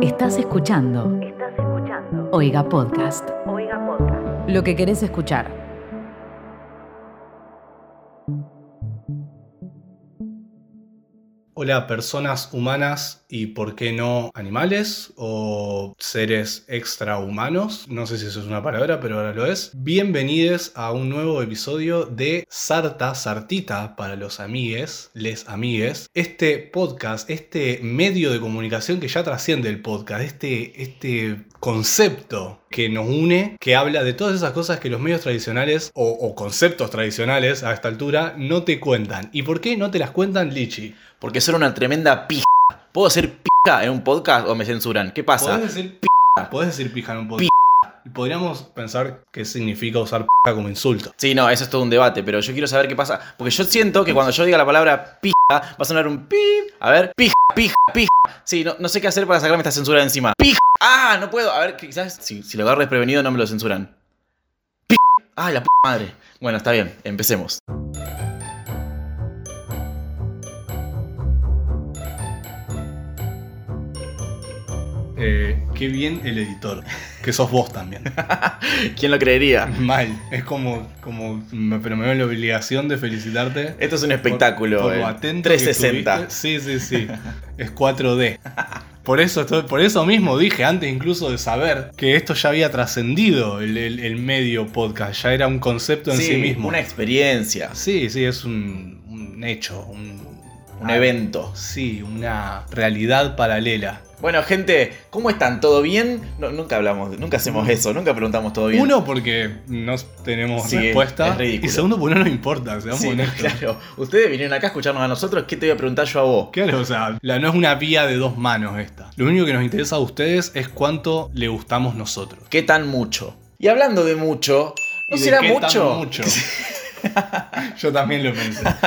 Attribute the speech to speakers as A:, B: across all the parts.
A: Estás escuchando
B: Estás escuchando
A: Oiga Podcast.
B: Oiga Podcast.
A: Lo que querés escuchar.
C: Hola, personas humanas y por qué no animales o seres extrahumanos. No sé si eso es una palabra, pero ahora lo es. Bienvenidos a un nuevo episodio de Sarta Sartita para los amigues, les amigues. Este podcast, este medio de comunicación que ya trasciende el podcast, este, este concepto que nos une, que habla de todas esas cosas que los medios tradicionales o, o conceptos tradicionales a esta altura no te cuentan. ¿Y por qué no te las cuentan, Lichi?
D: Porque son una tremenda pija. ¿Puedo decir pija en un podcast o me censuran? ¿Qué pasa?
C: ¿Podés decir pija? ¿Podés decir pija en un podcast? Podríamos pensar qué significa usar pija como insulto.
D: Sí, no, eso es todo un debate, pero yo quiero saber qué pasa. Porque yo siento que cuando yo diga la palabra pija, va a sonar un pip. A ver, pija, pija, pija. Sí, no, no sé qué hacer para sacarme esta censura de encima. Pija. Ah, no puedo. A ver, quizás si, si lo agarro desprevenido no me lo censuran. Pija. Ah, la p madre. Bueno, está bien, empecemos.
C: Eh, qué bien el editor, que sos vos también.
D: ¿Quién lo creería?
C: Mal, es como, como me- pero me veo en la obligación de felicitarte.
D: Esto es un espectáculo.
C: Por, por lo
D: eh.
C: atento que
D: 360.
C: estuviste. Sí, sí, sí. Es 4D. Por eso, estoy- por eso mismo dije, antes incluso de saber, que esto ya había trascendido el, el- el medio podcast, ya era un concepto en sí, mismo.
D: una experiencia,
C: Sí, sí, es un, un hecho, un,
D: un evento.
C: Sí, una realidad paralela.
D: Bueno, gente, ¿cómo están? ¿Todo bien? No, nunca hablamos, nunca hacemos eso, nunca preguntamos todo bien.
C: Uno, porque no tenemos
D: Sí,
C: respuesta.
D: es ridículo.
C: y segundo, porque no nos importa, seamos
D: Sí,
C: honestos.
D: claro. Ustedes vinieron acá a escucharnos a nosotros, ¿qué te voy a preguntar yo a vos?
C: Claro, o sea, la, no es una vía de dos manos esta. Lo único que nos interesa a ustedes es cuánto le gustamos nosotros.
D: ¿Qué tan mucho? Y hablando de mucho, ¿no
C: ¿Y de
D: será
C: qué tan
D: mucho?
C: mucho? Yo también lo pensé.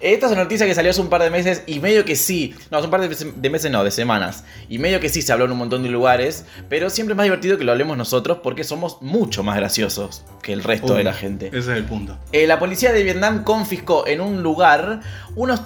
D: Esta es una noticia que salió hace un par de meses y medio que sí, no, hace un par de, mes- de meses no, de semanas, y medio que sí se habló en un montón de lugares, pero siempre es más divertido que lo hablemos nosotros porque somos mucho más graciosos que el resto de la gente.
C: Ese es el punto.
D: Eh, la policía de Vietnam confiscó en un lugar unos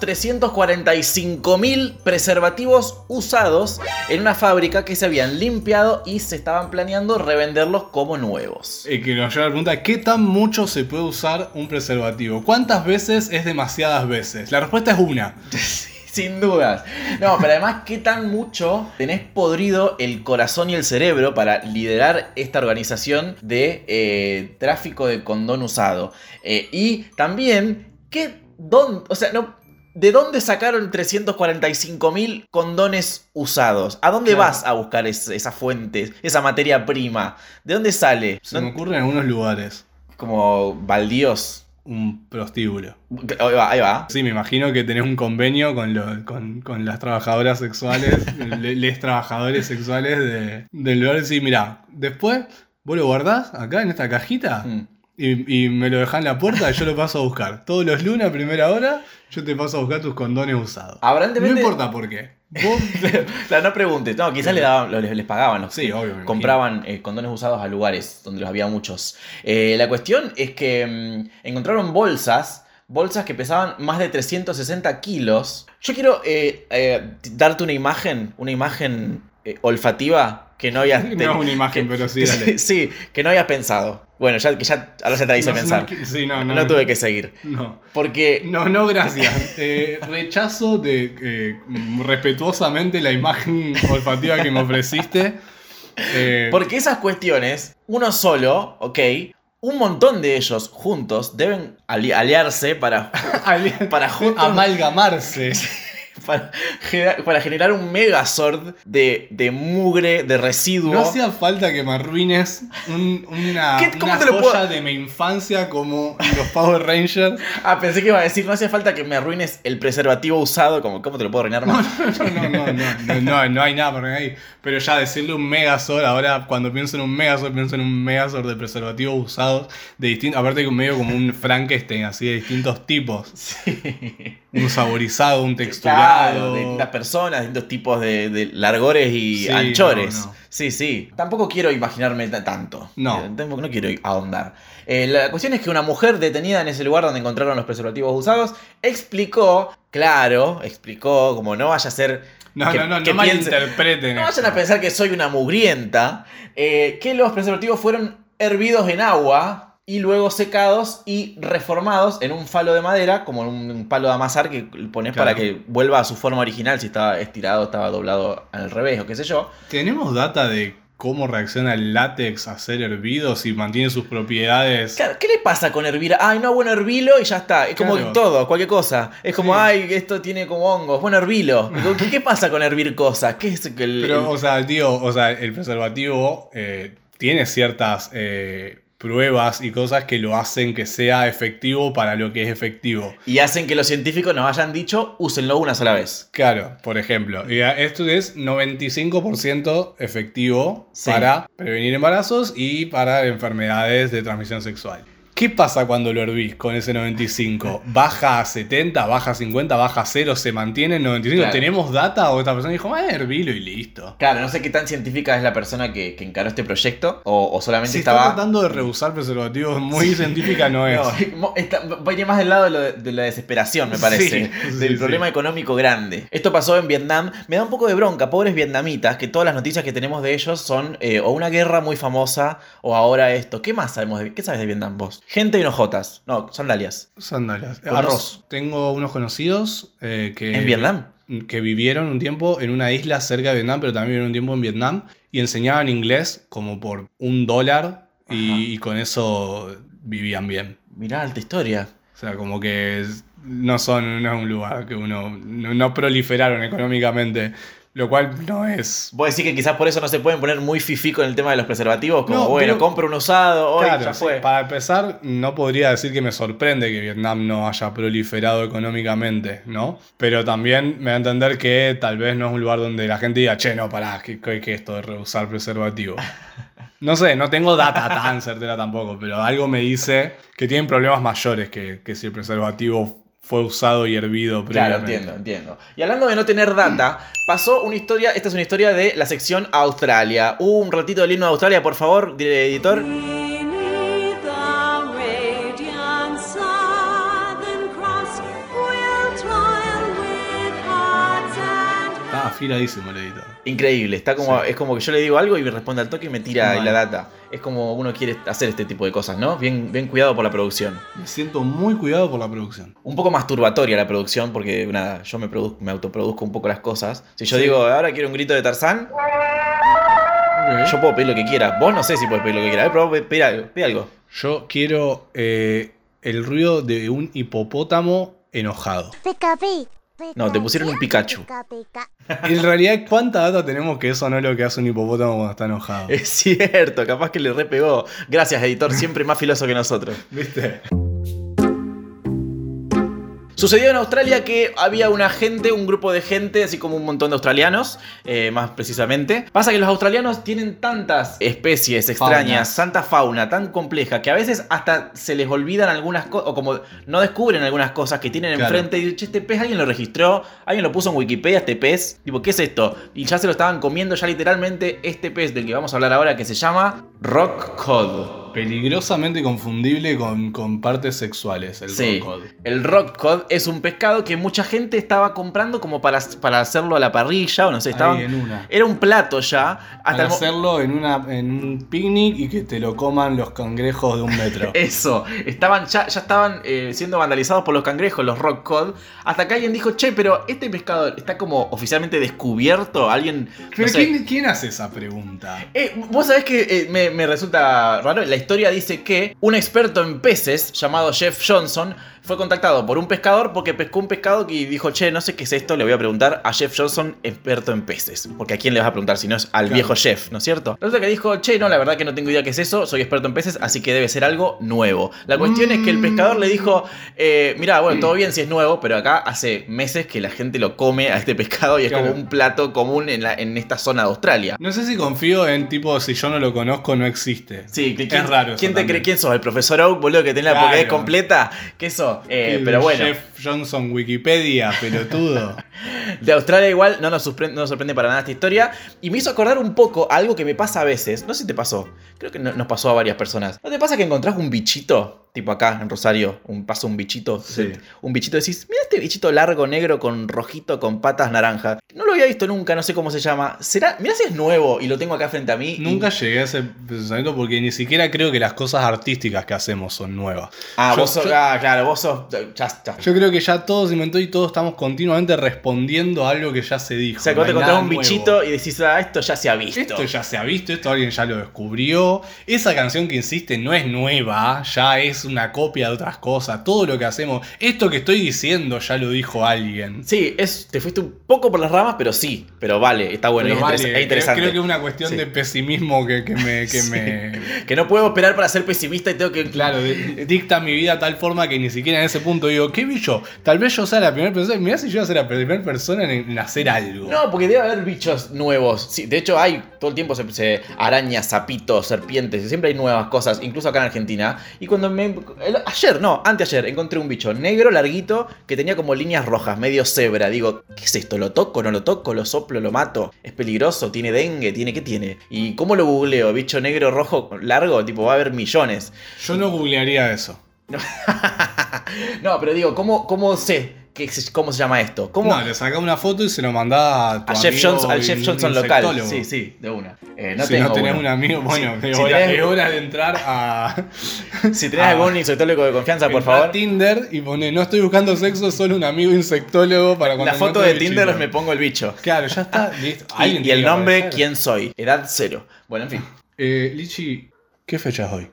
D: 345.000 preservativos usados en una fábrica que se habían limpiado y se estaban planeando revenderlos como nuevos.
C: Y Eh, que nos lleva a la pregunta, ¿qué tan mucho se puede usar un preservativo? ¿Cuántas veces es demasiadas veces? La respuesta es una.
D: Sin dudas. No, pero además, ¿qué tan mucho tenés podrido el corazón y el cerebro para liderar esta organización de eh, tráfico de condón usado? Eh, y también, ¿qué don, o sea, no, ¿de dónde sacaron 345 mil condones usados? ¿A dónde
C: Claro.
D: vas a buscar es- esa fuente, esa materia prima? ¿De dónde sale?
C: Se
D: ¿No-
C: me ocurre en algunos lugares
D: Como baldíos.
C: un prostíbulo.
D: Ahí va, ahí va.
C: Sí, me imagino que tenés un convenio con, lo- con, con las trabajadoras sexuales, le- les trabajadores sexuales de, del lugar. Sí, mirá, después vos lo guardás acá en esta cajita
D: Mm.
C: y, y me lo dejás en la puerta y yo lo paso a buscar. Todos los lunes a primera hora yo te paso a buscar tus condones usados.
D: Ah,
C: No
D: Aparentemente-
C: importa por qué. Vos-
D: Claro, no preguntes. No, quizás le daban, lo- les, les pagaban los
C: Sí, obvio. me
D: Compraban eh, condones usados a lugares donde los había muchos. Eh, la cuestión es que mm, encontraron bolsas, bolsas que pesaban más de 360 kilos. Yo quiero eh, eh, darte una imagen, una imagen eh, olfativa que no habías
C: imagino.
D: teni-
C: No es una imagen, pero sí,
D: que-
C: dale.
D: sí, que no habías pensado. Bueno, ya que ya ahora ya te la hice
C: No,
D: pensar.
C: no que- sí, no, no,
D: no tuve que seguir.
C: No.
D: Porque
C: No, no, gracias. Eh, rechazo de, eh, mm, respetuosamente la imagen olfativa que me ofreciste. Eh,
D: Porque esas cuestiones, uno solo, ok, un montón de ellos juntos deben ali- aliarse para,
C: ali-
D: para juntos-
C: amalgamarse.
D: para, genera- para generar un megazord de, de mugre, de residuo.
C: No hacía falta que me arruines un- una,
D: ¿Qué- cómo
C: una
D: te lo
C: joya
D: puedo-
C: de mi infancia como los Power Rangers.
D: Ah, pensé que iba a decir, no hacía falta que me arruines el preservativo usado, como, ¿cómo te lo puedo arruinar más?
C: No, no, no, no, no, no, no hay nada para ahí. Pero ya decirle un Megazord, ahora cuando pienso en un Megazord, pienso en un Megazord de preservativos usados de distintos. Aparte, que medio como un Frankenstein, así de distintos tipos.
D: Sí.
C: Un saborizado, un
D: Claro,
C: texturado.
D: de distintas personas, distintos tipos de, de largores y
C: Sí,
D: anchores.
C: no, no.
D: Sí, sí. Tampoco quiero imaginarme ta- tanto.
C: No.
D: Eh, tampoco- no quiero ahondar. Eh, la cuestión es que una mujer detenida en ese lugar donde encontraron los preservativos usados explicó, claro, explicó, como no vaya a ser.
C: No,
D: que-
C: no, no,
D: que
C: no
D: piensen-
C: malinterpreten.
D: No
C: esto.
D: vayan a pensar que soy una mugrienta. eh, que los preservativos fueron hervidos en agua y luego secados y reformados en un falo de madera, como en un, un palo de amasar que pones
C: Claro.
D: para que vuelva a su forma original, si estaba estirado, estaba doblado al revés o qué sé yo.
C: ¿Tenemos data de cómo reacciona el látex a ser hervido si mantiene sus propiedades?
D: Claro, ¿qué le pasa con hervir? Ay, no, bueno, hervilo y ya está. Es como
C: Claro.
D: todo, cualquier cosa. Es como,
C: Sí.
D: ay, esto tiene como hongos. Bueno, hervilo. ¿Qué, qué pasa con hervir cosas? ¿Qué es que el- el-
C: Pero, o sea, tío, o sea, el preservativo eh, tiene ciertas eh, pruebas y cosas que lo hacen que sea efectivo para lo que es efectivo.
D: Y hacen que los científicos nos hayan dicho, úsenlo una sola vez.
C: Claro, por ejemplo, y a- esto es 95% efectivo
D: Sí.
C: para prevenir embarazos y para enfermedades de transmisión sexual. ¿Qué pasa cuando lo hervís con ese 95? ¿Baja a 70, baja a 50, baja a 0, se mantiene en 95?
D: Claro.
C: ¿Tenemos data o esta persona dijo, ah, hervilo y listo?
D: Claro, no sé qué tan científica es la persona que, que encaró este proyecto o, o solamente
C: Si
D: estaba...
C: está tratando de rehusar preservativos, muy científica no es.
D: No, mo- está- viene más del lado de, lo de- de la desesperación, me parece.
C: Sí,
D: del
C: sí,
D: problema
C: sí.
D: económico grande. Esto pasó en Vietnam. Me da un poco de bronca, pobres vietnamitas, que todas las noticias que tenemos de ellos son eh, o una guerra muy famosa o ahora esto. ¿Qué más sabemos de ¿Qué sabes de Vietnam vos? Gente y nojotas. No, sandalias.
C: Sandalias.
D: Conoz-
C: Arroz. Tengo unos conocidos eh, que...
D: ¿En Vietnam?
C: que vivieron un tiempo en una isla cerca de Vietnam, pero también vivieron un tiempo en Vietnam y enseñaban inglés como por un dólar
D: Ajá.
C: y, y con eso vivían bien.
D: Mirá, alta historia.
C: O sea, como que es- no son no es un lugar que uno no, no proliferaron económicamente, lo cual no es
D: Vos decís que quizás por eso no se pueden poner muy fifí con el tema de los preservativos, como
C: No,
D: bueno,
C: pero-
D: compro un usado, hoy
C: Claro,
D: ya
C: sí,
D: fue.
C: para empezar, no podría decir que me sorprende que Vietnam no haya proliferado económicamente, ¿no? Pero también me da a entender que tal vez no es un lugar donde la gente diga, che, no, pará, ¿qué, qué, qué es esto de rehusar preservativo? No sé, no tengo data tan certera tampoco, pero algo me dice que tienen problemas mayores que, que si el preservativo fue usado y hervido
D: Claro,
C: previamente. Mm.
D: entiendo, entiendo. Y hablando de no tener data, pasó una historia, esta es una historia de la sección Australia. un ratito del himno de Australia, por favor, di- editor.
E: Beneath the radiant Southern Cross, we'll toil with hearts and
C: Está afiladísimo el editor.
D: Increíble, está como, es como que yo le digo algo y me responde al toque y me tira
C: Mal.
D: la data. Es como uno quiere hacer este tipo de cosas, ¿no? Bien, bien cuidado por la producción.
C: Me siento muy cuidado por la producción.
D: Un poco masturbatoria la producción, porque nada, yo me, produ- me autoproduzco un poco las cosas. Si yo
C: Sí.
D: digo, ahora quiero un grito de Tarzán, yo puedo pedir lo que quiera. Vos no sé si puedes pedir lo que quieras, pero pedir algo. Pedí algo.
C: Yo quiero eh, el ruido de un hipopótamo enojado.
D: No, te pusieron un Pikachu.
C: En realidad, ¿cuánta data tenemos que eso no es lo que hace un hipopótamo cuando está enojado?
D: Es cierto, capaz que le repegó. Gracias, editor, siempre más filoso que nosotros.
C: ¿Viste?
D: Sucedió en Australia que había una gente, un grupo de gente, así como un montón de australianos, eh, más precisamente. Pasa que los australianos tienen tantas especies extrañas, tanta fauna tan compleja, que a veces hasta se les olvidan algunas cosas, o como no descubren algunas cosas que tienen
C: Claro.
D: enfrente. Y dicen, che, este pez alguien lo registró, alguien lo puso en Wikipedia, este pez. Tipo, ¿qué es esto? Y ya se lo estaban comiendo ya literalmente este pez del que vamos a hablar ahora, que se llama Rock Cod.
C: Peligrosamente confundible con, con partes sexuales, el
D: Sí.
C: rock cod.
D: El rock cod es un pescado que mucha gente estaba comprando como para, para hacerlo a la parrilla o no sé,
C: Ahí
D: estaban,
C: en una.
D: era un plato ya. Hasta
C: Para
D: el mo-
C: hacerlo en, una, en un picnic y que te lo coman los cangrejos de un metro.
D: eso, estaban ya, ya estaban eh, siendo vandalizados por los cangrejos, los rock cod. Hasta que alguien dijo, che, pero este pescado está como oficialmente descubierto. Alguien. no
C: Pero
D: sé".
C: ¿quién, quién hace esa pregunta?
D: Eh, Vos sabés que eh, me, me resulta raro. La historia dice que un experto en peces llamado Jeff Johnson fue contactado por un pescador porque pescó un pescado y dijo, che, no sé qué es esto, le voy a preguntar a Jeff Johnson, experto en peces. Porque a quién le vas a preguntar si no es al
C: Claro.
D: viejo Jeff, ¿no es cierto? Resulta que dijo, che, no, la verdad que no tengo idea qué es eso, soy experto en peces, así que debe ser algo nuevo. La cuestión es
C: Mm.
D: que el pescador le dijo, eh, mira, bueno, todo bien si es nuevo, pero acá hace meses que la gente lo come a este pescado y es
C: Claro.
D: como un plato común en, la- en esta zona de Australia.
C: No sé si confío en tipo, si yo no lo conozco, no existe.
D: Sí, que-
C: Es
D: ¿quién,
C: raro eso
D: ¿quién te cree
C: también.
D: quién sos? ¿El profesor Oak, boludo, que tenés la
C: Claro.
D: Pokédex completa? ¿Qué eso?
C: El
D: eh, pero bueno,
C: Jeff Johnson, Wikipedia, pelotudo.
D: de Australia igual no nos, sorpre- no nos sorprende para nada esta historia. Y me hizo acordar un poco algo que me pasa a veces. No sé si te pasó. Creo que no- nos pasó a varias personas. ¿No te pasa que encontrás un bichito? Tipo acá en Rosario, un, pasa un bichito.
C: Sí.
D: Un bichito decís, mira este bichito largo, negro, con rojito, con patas naranja. No lo había visto nunca, no sé cómo se llama. ¿Será? Mirá si es nuevo y lo tengo acá frente a mí. y-
C: Nunca llegué a ese pensamiento porque ni siquiera creo que las cosas artísticas que hacemos son nuevas.
D: Ah,
C: Yo-
D: vos sos.
C: yo-
D: ah, claro, vos sos. ya- ya- ya.
C: Yo creo que ya todo se inventó y todos estamos continuamente respondiendo a algo que ya se dijo.
D: O sea, que
C: no
D: vos
C: hay
D: te encontrás
C: nada
D: un
C: nuevo.
D: bichito y decís, ah, esto ya se ha visto.
C: Esto ya se ha visto, esto alguien ya lo descubrió. Esa canción que insiste no es nueva, ya es una copia de otras cosas. Todo lo que hacemos, esto que estoy diciendo ya lo dijo alguien.
D: Sí, es, te fuiste un poco por las ramas, pero sí. Pero vale, está bueno,
C: Pero
D: es,
C: vale,
D: interes- es
C: creo-
D: interesante.
C: Creo, que es una cuestión
D: Sí.
C: de pesimismo que, que me... Que
D: Sí.
C: me...
D: Que no puedo esperar para ser pesimista y tengo que.
C: Claro, de- dicta mi vida tal forma que ni siquiera en ese punto digo, ¿qué vi yo? Tal vez yo sea la primera persona. Mirá si yo sea la primera persona en, en hacer algo.
D: No, porque debe haber bichos nuevos. Sí, de hecho, hay todo el tiempo se, se- arañas, sapitos, serpientes. Siempre hay nuevas cosas, incluso acá en Argentina. Y cuando me. el- ayer, no, anteayer, encontré un bicho negro, larguito, que tenía como líneas rojas, medio cebra. Digo, ¿qué es esto? ¿Lo toco? ¿No lo toco? ¿Lo soplo? ¿Lo mato? ¿Es peligroso? ¿Tiene dengue? ¿Tiene qué tiene? ¿Y cómo lo googleo? ¿Bicho negro, rojo, largo? Tipo, va a haber millones.
C: Yo no googlearía eso.
D: No, pero digo, ¿cómo, cómo sé que, se- cómo se llama esto? ¿Cómo,
C: No, le sacaba una foto y se lo mandaba a tu
D: A Jeff
C: amigo
D: Johnson, al Jeff
C: in-
D: Johnson local.
C: insectólogo.
D: Sí, sí, de una. Eh, no
C: si
D: tengo
C: no tenés
D: uno.
C: un amigo, bueno,
D: Si-
C: de
D: si
C: hora,
D: tenés-
C: de hora de entrar a,
D: Si tenés
C: Ah.
D: algún insectólogo de confianza, por
C: entrar a
D: favor.
C: Tinder y poner no estoy buscando sexo, solo un amigo insectólogo para cuando
D: La foto
C: encuentre
D: de Tinder
C: bichito".
D: me pongo el bicho.
C: Claro, ya está, listo.
D: Y,
C: Alguien
D: y el
C: tiene que
D: nombre,
C: aparecer.
D: quién soy. Edad cero. Bueno, en fin.
C: Eh, Lichi, ¿qué fecha es hoy?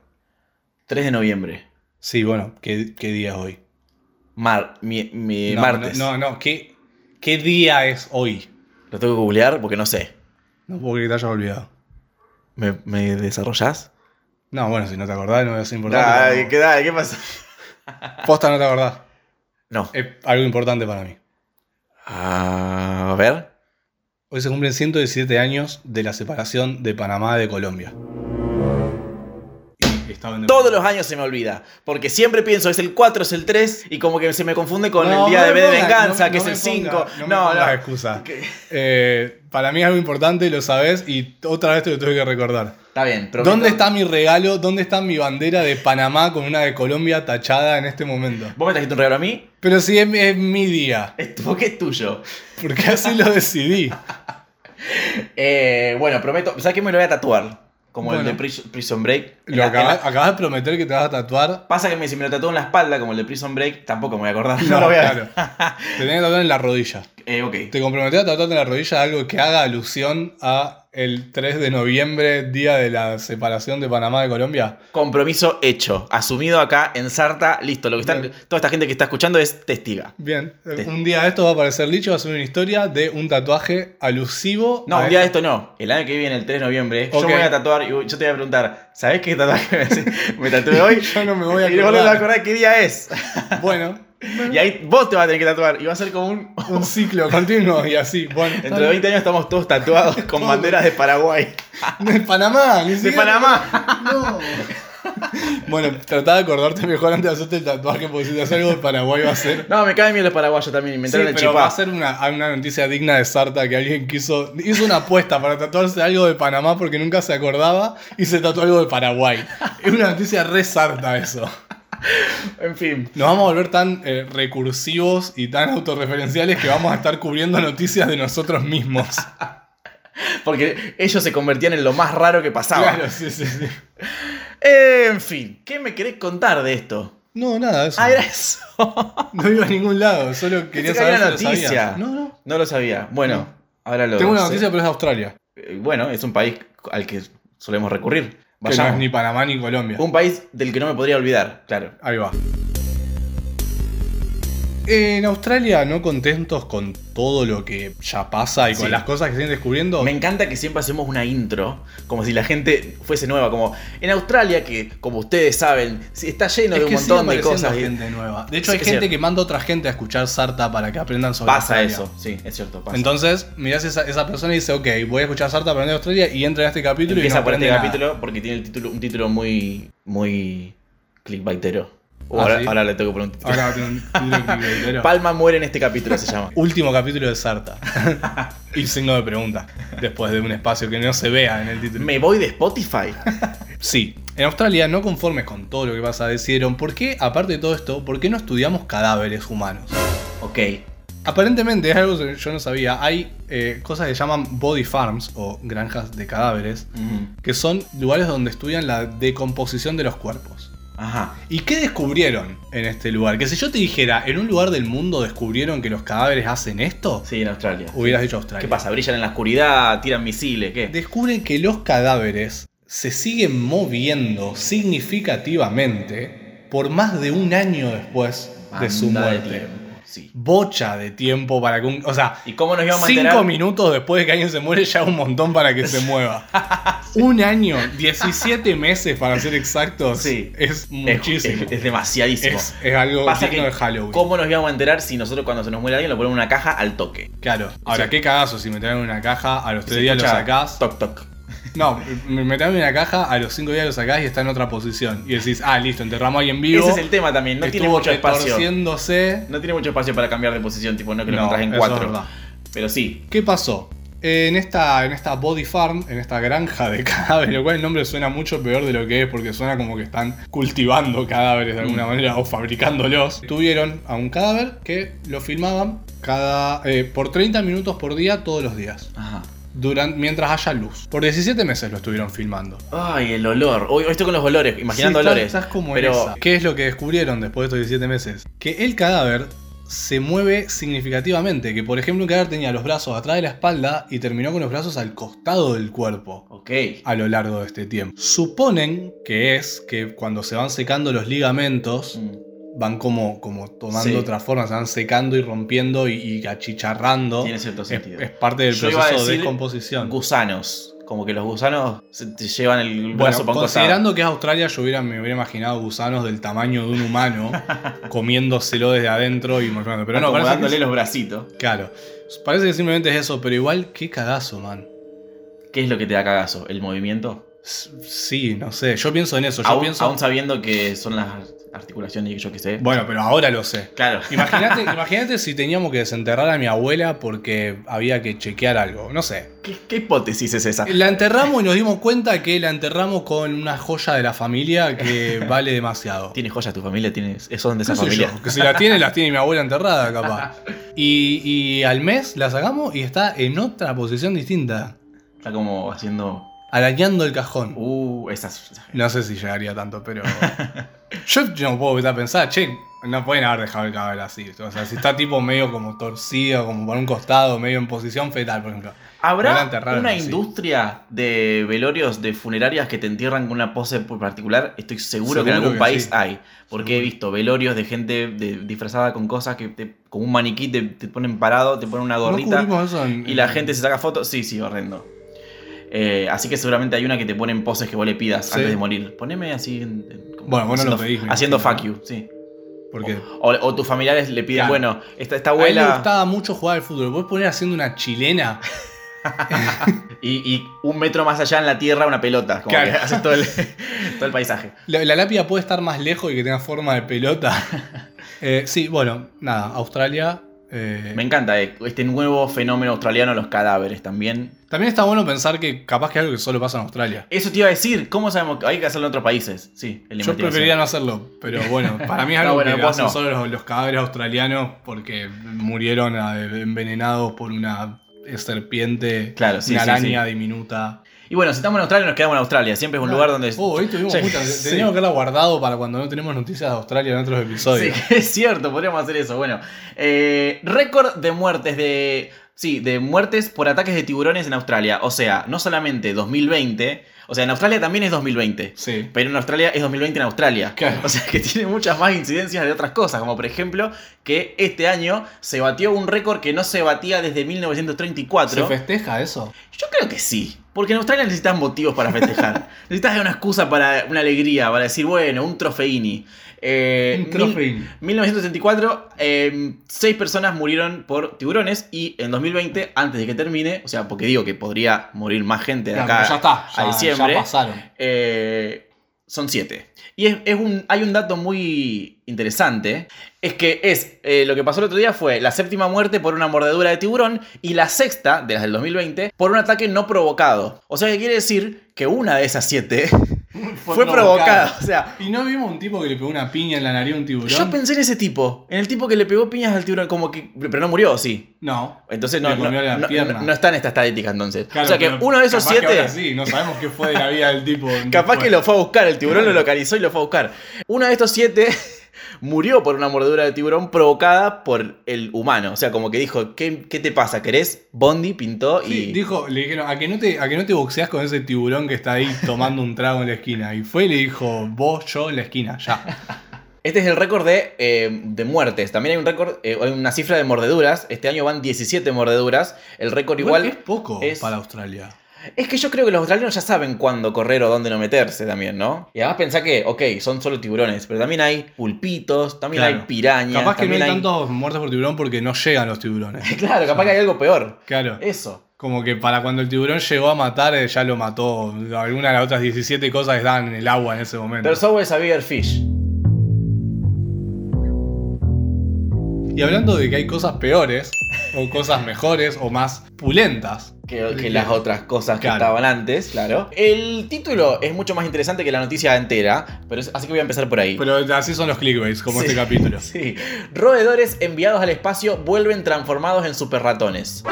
D: 3 de noviembre.
C: Sí, bueno, ¿qué, qué día es hoy?
D: Mar, mi,
C: no,
D: mi Eh, martes.
C: No, no, no, ¿qué, ¿qué día es hoy?
D: Lo tengo que googlear porque no sé.
C: No puedo creer que te hayas olvidado.
D: ¿Me, me desarrollás?
C: No, bueno, si no te acordás, no es importante.
D: Dale,
C: pero-
D: ¿qué, dale, ¿qué pasa?
C: Posta no te acordás.
D: No.
C: Es algo importante para mí.
D: Ah, a ver.
C: Hoy se cumplen 117 años de la separación de Panamá de Colombia. Y estaba en-
D: Todos los años se me olvida. Porque siempre pienso, es el 4, es el 3. Y como que se me confunde con
C: No,
D: el día
C: no
D: de
C: me
D: B de
C: pongas,
D: venganza,
C: no- no
D: que es
C: me
D: el 5.
C: pongas,
D: No,
C: me
D: no.
C: pongas excusa.
D: Que-
C: Eh, para mí es algo importante, lo sabes, y otra vez te lo tuve que recordar.
D: Está bien. prometo-
C: ¿Dónde está mi regalo? ¿Dónde está mi bandera de Panamá con una de Colombia tachada en este momento?
D: ¿Vos me trajiste un regalo a mí?
C: Pero sí es, es mi día,
D: Es tu- Porque es tuyo.
C: porque así lo decidí.
D: Eh, bueno, prometo. ¿Sabes qué me lo voy a tatuar? Como el
C: Bueno.
D: de Pris- Prison Break.
C: Lo
D: En la- en la-
C: acabas, acabas de prometer que te vas a tatuar.
D: Pasa que me- si me lo tatúo en la espalda, como el de Prison Break, tampoco me voy a acordar. No,
C: No,
D: lo voy a
C: claro. Te tenés que tatuar en la rodilla.
D: Eh, ok.
C: Te comprometí a tratarte en la rodilla algo que haga alusión a el 3 de noviembre, día de la separación de Panamá de Colombia.
D: Compromiso hecho. Asumido acá en Sarta. Listo. Lo que están,
C: Bien.
D: toda esta gente que está escuchando es testiga.
C: Bien, eh,
D: Sí.
C: un día de esto va a aparecer Licho, va a subir una historia de un tatuaje alusivo.
D: No,
C: a este.
D: un día de
C: esto.
D: esto no. El año que viene, el 3 de noviembre,
C: Ok.
D: yo me voy a tatuar y yo te voy a preguntar, ¿sabés qué tatuaje me, me tatué hoy?
C: Yo no me voy a
D: Y vos no te vas a
C: acordar.
D: acordar qué día es.
C: Bueno,
D: Y ahí vos te vas a tener que tatuar. Y va a ser como un.
C: un ciclo continuo y así. Bueno, está
D: Dentro de 20 años estamos todos tatuados con banderas de Paraguay.
C: bien. de Panamá, ni
D: De
C: siquiera-
D: Panamá.
C: No. bueno, tratá de acordarte mejor antes de hacerte el tatuaje, porque si te haces algo de Paraguay va a ser.
D: No, me caen bien los paraguayos también.
C: Sí,
D: Inventaron
C: pero
D: el
C: va a
D: chipá.
C: ser una, una noticia digna de Sarta que alguien quiso. Hizo una apuesta para tatuarse algo de Panamá porque nunca se acordaba y se tatuó algo de Paraguay. Es una noticia re Sarta eso.
D: En fin.
C: Nos vamos a volver tan eh, recursivos y tan autorreferenciales que vamos a estar cubriendo noticias de nosotros mismos.
D: Porque ellos se convertían en lo más raro que pasaba.
C: Claro, sí, sí, sí.
D: En fin. ¿Qué me querés contar de esto?
C: No, nada, de eso.
D: Ah, era eso.
C: No iba a ningún lado, solo quería
D: Pensé que había
C: saber si lo
D: noticia.
C: sabías. No, no.
D: No lo sabía. Bueno,
C: No.
D: ahora lo
C: Tengo una
D: sé.
C: noticia, pero es de Australia.
D: Eh, Bueno, es un país al que solemos recurrir.
C: Que no es
D: Vayamos.
C: ni Panamá ni Colombia.
D: Un país del que no me podría olvidar, claro.
C: Ahí va. En Australia, no contentos con todo lo que ya pasa y con
D: Sí.
C: las cosas que se siguen descubriendo,
D: Me encanta que siempre hacemos una intro, como si la gente fuese nueva, como en Australia, que como ustedes saben, sí, está lleno
C: es
D: de un
C: que sigue
D: montón de
C: apareciendo
D: cosas. y
C: gente nueva. De hecho,
D: Sí,
C: hay
D: es
C: gente
D: cierto.
C: que manda a otra gente a escuchar Sarta para que aprendan sobre
D: Pasa
C: Australia.
D: eso, sí, es cierto, pasa.
C: Entonces, mirás esa, esa persona y dice, ok, voy a escuchar Sarta para aprender Australia y entra en este capítulo y
D: Empieza
C: no
D: por este
C: aprende nada.
D: capítulo porque tiene el título, un título muy, muy clickbaitero. O
C: Ah,
D: ahora,
C: ¿sí? Ah,
D: ahora le tengo que poner un título.
C: Ahora va a tener un título clickbaitero.
D: Palma muere en este capítulo, se llama.
C: Último capítulo de Sarta. y signo de pregunta. Después de un espacio que no se vea en el título.
D: Me voy de Spotify.
C: Sí, en Australia, no conformes con todo lo que pasa, decidieron, ¿por qué, aparte de todo esto, por qué no estudiamos cadáveres humanos?
D: Ok.
C: Aparentemente, es algo que yo no sabía, hay eh, cosas que llaman body farms o granjas de cadáveres,
D: Mm.
C: que son lugares donde estudian la decomposición de los cuerpos.
D: Ajá.
C: ¿Y qué descubrieron en este lugar? Que si yo te dijera, en un lugar del mundo descubrieron que los cadáveres hacen esto,
D: Sí, en Australia.
C: hubieras dicho Australia.
D: ¿Qué pasa? ¿Brillan en la oscuridad? ¿Tiran misiles? ¿Qué?
C: Descubren que los cadáveres se siguen moviendo significativamente por más de un año después de su
D: Banda
C: muerte.
D: tiempo, Sí.
C: Bocha de tiempo para que un. O sea,
D: ¿Y cómo nos íbamos a enterar?
C: cinco minutos después de que alguien se muere, ya un montón para que se mueva. Un año, 17 meses para ser exactos.
D: Sí.
C: Es
D: Es,
C: muchísimo.
D: es, es demasiadísimo.
C: Es- es algo
D: Pasa
C: digno
D: que,
C: de Halloween.
D: ¿Cómo nos íbamos a enterar si nosotros cuando se nos muere alguien lo ponemos en una caja al toque?
C: Claro. Ahora,
D: Sí.
C: qué cagazo si me traen una caja, a los tres
D: Se
C: días lo
D: escucha
C: sacás.
D: Toc, toc.
C: No, me me traen una caja, a los cinco días lo sacás y está en otra posición. Y decís, ah, listo, enterramos ahí en vivo.
D: Ese es el tema también, no tiene
C: Estuvo
D: mucho espacio.
C: retorciéndose.
D: No tiene mucho espacio para cambiar de posición, tipo, no que lo
C: No,
D: encontrás en
C: eso es
D: cuatro.
C: verdad.
D: Pero sí,
C: ¿Qué pasó? En esta, en esta body farm, en esta granja de cadáveres, lo cual el nombre suena mucho peor de lo que es porque suena como que están cultivando cadáveres de alguna
D: Mm.
C: manera o fabricándolos. Tuvieron a un cadáver que lo filmaban cada eh, por 30 minutos por día todos los días,
D: Ajá.
C: durante, mientras haya luz. Por 17 meses lo estuvieron filmando.
D: Ay, el olor. Hoy estoy con los olores, imaginando
C: Sí, estás-
D: olores.
C: estás como en
D: pero
C: esa. ¿Qué es lo que descubrieron después de estos 17 meses? Que el cadáver se mueve significativamente. Que por ejemplo un cadáver tenía los brazos atrás de la espalda y terminó con los brazos al costado del cuerpo
D: Ok.
C: a lo largo de este tiempo. Suponen que es que cuando se van secando los ligamentos,
D: Mm.
C: van como, como tomando
D: Sí.
C: otra forma, se van secando y rompiendo y, y achicharrando.
D: Tiene cierto
C: Es-
D: sentido.
C: Es, parte del
D: Yo iba a
C: proceso de
D: decir
C: descomposición.
D: Gusanos. Como que los gusanos se te llevan el brazo
C: Bueno,
D: para un costado.
C: considerando que es Australia, yo hubiera, me hubiera imaginado gusanos del tamaño de un humano comiéndoselo desde adentro y morfando. Pero no, parece
D: acomodándole
C: que,
D: los bracitos.
C: claro, parece que simplemente es eso, pero igual, qué cagazo, man.
D: ¿Qué es lo que te da cagazo? ¿El movimiento?
C: S- Sí, no sé, yo pienso en eso, yo
D: Aún,
C: pienso...
D: aún sabiendo que son las articulaciones y yo qué sé.
C: Bueno, pero ahora lo sé.
D: Claro.
C: Imagínate imagínate si teníamos que desenterrar a mi abuela porque había que chequear algo, no sé.
D: ¿Qué, qué hipótesis es esa?
C: La enterramos y nos dimos cuenta que la enterramos con una joya de la familia que vale demasiado.
D: ¿Tienes joyas tu familia? ¿Tienes... ¿Esos son de
C: ¿Qué
D: esa
C: sé
D: familia?
C: yo? Que si la tiene, las tiene mi abuela enterrada, capaz. Y, y al mes la sacamos y está en otra posición distinta,
D: Está como haciendo.
C: arañando el cajón.
D: Uh, esas. esas-
C: No sé si llegaría tanto, pero. Yo no puedo evitar pensar, che, no pueden haber dejado el cadáver así. O sea, si está tipo medio como torcido, como por un costado, medio en posición fetal, por ejemplo. No la
D: ¿Habrá
C: enterraron
D: una
C: así.
D: industria de velorios, de funerarias que te entierran con una pose particular? Estoy seguro,
C: Seguro
D: que en algún
C: que
D: país
C: sí.
D: hay. Porque he
C: Seguro.
D: visto velorios de gente de- disfrazada con cosas que te- con un maniquí te, te ponen parado, te ponen una
C: ¿No
D: gorrita
C: cubrimos eso en-
D: y la
C: en-
D: gente se saca fotos. Sí, sí, horrendo. Eh, así que seguramente hay una que te ponen poses que vos le pidas
C: Sí.
D: antes de morir. Poneme así. en- en- como
C: Bueno, vos no lo
D: haciendo,
C: pedís, me
D: Haciendo
C: imagino.
D: fuck you, sí.
C: Porque.
D: O, o tus familiares le piden,
C: Claro.
D: bueno, esta, esta
C: A él le
D: abuela.
C: gustaba mucho jugar al fútbol. ¿Puedes poner haciendo una chilena?
D: Y, y un metro más allá en la tierra una pelota. Como
C: Claro.
D: que haces todo el, todo el paisaje.
C: La, la lápida puede estar más lejos y que tenga forma de pelota. Eh, sí, bueno, nada, Australia. eh,
D: Me encanta eh, este nuevo fenómeno australiano, los cadáveres también.
C: también está bueno pensar que capaz que es algo que solo pasa en Australia.
D: Eso te iba a decir, ¿cómo sabemos que hay que hacerlo en otros países? Sí, el
C: Yo preferiría no hacerlo, pero bueno, para mí es
D: No,
C: algo
D: bueno,
C: que
D: vos
C: hacen
D: no.
C: solo los, los cadáveres australianos porque murieron ah, envenenados por una serpiente,
D: Claro, sí,
C: una
D: sí,
C: araña diminuta.
D: Y bueno, si estamos en Australia, nos quedamos en Australia. Siempre es un lugar donde.
C: Oh, hoy tuvimos
D: Sí,
C: muchas-
D: sí.
C: Teníamos que haberla guardado para cuando no tenemos noticias de Australia en otros
D: Sí,
C: episodios.
D: es cierto, podríamos hacer eso. Bueno, eh, récord de muertes de. Sí, de muertes por ataques de tiburones en Australia. O sea, no solamente 2020. O sea, en Australia también es 2020.
C: Sí.
D: Pero en Australia es 2020 en Australia.
C: Claro.
D: O sea que tiene muchas más incidencias de otras cosas, como por ejemplo que este año se batió un récord que no se batía desde
C: ¿Se
D: 1934.
C: festeja eso?
D: Yo creo que sí, porque en Australia necesitas motivos para festejar. necesitas una excusa para una alegría, para decir, bueno, un trofeini. Eh,
C: Un
D: mil-
C: trofeín.
D: 1974, eh, seis personas murieron por tiburones y en 2020, antes de que termine, o sea, porque digo que podría morir más gente de
C: Claro,
D: acá
C: pero ya está, ya,
D: a diciembre.
C: ya pasaron.
D: Eh, son siete. Y es, es un, hay un dato muy interesante. Es que es eh, lo que pasó el otro día fue la séptima muerte por una mordedura de tiburón y la sexta, de las del 2020, por un ataque no provocado. O sea que quiere decir que una de esas siete Fue provocado. O sea,
C: Y no vimos un tipo que le pegó una piña en la nariz a un tiburón.
D: yo pensé en ese tipo. En el tipo que le pegó piñas al tiburón, como que. Pero no murió, sí.
C: No.
D: Entonces no,
C: Le
D: no,
C: comió la
D: no-
C: pierna.
D: no- no está en esta estadística entonces.
C: Claro,
D: o sea que
C: pero
D: uno de esos
C: capaz
D: siete.
C: Que ahora sí, no sabemos qué fue de la vida del tipo.
D: Capaz
C: después.
D: que lo fue a buscar, el tiburón lo localizó y lo fue a buscar. Uno de estos siete murió por una mordedura de tiburón provocada por el humano. O sea, como que dijo, ¿qué, qué te pasa? ¿Querés? Bondi pintó y...
C: Sí, dijo, le dijeron, ¿a que, no te, ¿a que no te boxeas con ese tiburón que está ahí tomando un trago en la esquina? Y fue y le dijo, vos, yo, en la esquina, ya.
D: Este es el récord de, eh, de muertes. También hay un récord, eh, hay una cifra de mordeduras. Este año van 17 mordeduras. El récord igual...
C: Igual es poco
D: es-
C: para Australia.
D: Es que yo creo que los australianos ya saben cuándo correr o dónde no meterse también, ¿no? Y además pensá que, ok, son solo tiburones, pero también hay pulpitos, también
C: Claro.
D: hay pirañas.
C: Capaz que no hay,
D: también
C: tantos muertos por tiburón porque no llegan los tiburones.
D: Claro, capaz que hay algo peor.
C: Claro.
D: Eso.
C: Como que para cuando el tiburón llegó a matar, eh, ya lo mató. Alguna de las otras 17 cosas estaban en el agua en ese momento.
D: There's always a bigger fish.
C: Y hablando de que hay cosas peores, o cosas mejores, o más pulentas.
D: Que, que las otras cosas que
C: Claro.
D: estaban antes, claro. El título es mucho más interesante que la noticia entera, pero es- así que voy a empezar por ahí.
C: Pero así son los clickbaits, como
D: Sí.
C: este capítulo.
D: Sí. Roedores enviados al espacio vuelven transformados en super ratones.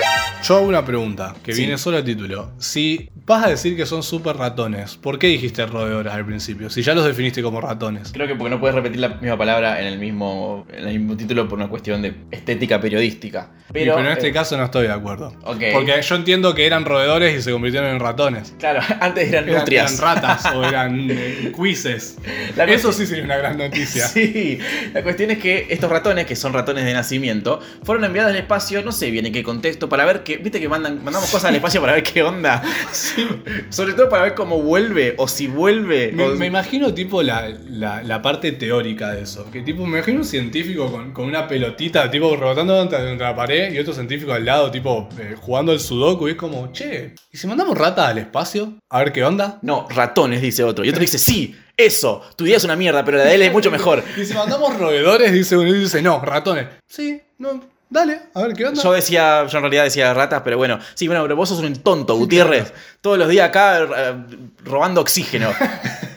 C: Yo hago una pregunta, que
D: Sí.
C: viene solo al título. Si vas a decir que son super ratones, ¿por qué dijiste roedores al principio? Si ya los definiste como ratones.
D: Creo que porque no puedes repetir la misma palabra en el mismo, en el mismo título por una cuestión de estética periodística.
C: Y-
D: Pero,
C: en este
D: eh,
C: caso no estoy de acuerdo.
D: Ok.
C: Porque yo entiendo que eran roedores y se convirtieron en ratones.
D: Claro, antes eran
C: Eran,
D: nutrias.
C: eran ratas o eran eh, cuises.
D: La
C: Eso
D: cuestión-
C: sí sería una gran noticia.
D: Sí, la cuestión es que estos ratones, que son ratones de nacimiento, fueron enviados al espacio, no sé bien en qué contexto, para ver que, viste que mandan, mandamos cosas al espacio para ver qué onda. Sobre todo para ver cómo vuelve, o si vuelve.
C: Me,
D: o-
C: me imagino tipo la, la- la parte teórica de eso. Que tipo, me imagino un científico con, con una pelotita, tipo rebotando contra, contra la pared y otro científico al lado, tipo eh, jugando al sudoku. Y es como, che, ¿y si mandamos ratas al espacio? A ver qué onda.
D: No, ratones, dice otro. Y otro dice, sí, eso, tu idea es una mierda, pero la de él es mucho mejor.
C: Y si mandamos roedores, dice uno y dice, no, ratones. Sí, no, dale, a ver qué onda.
D: Yo decía, yo en realidad decía ratas, pero bueno, sí, bueno, pero vos sos un tonto, Gutiérrez. Todos los días acá eh, robando oxígeno.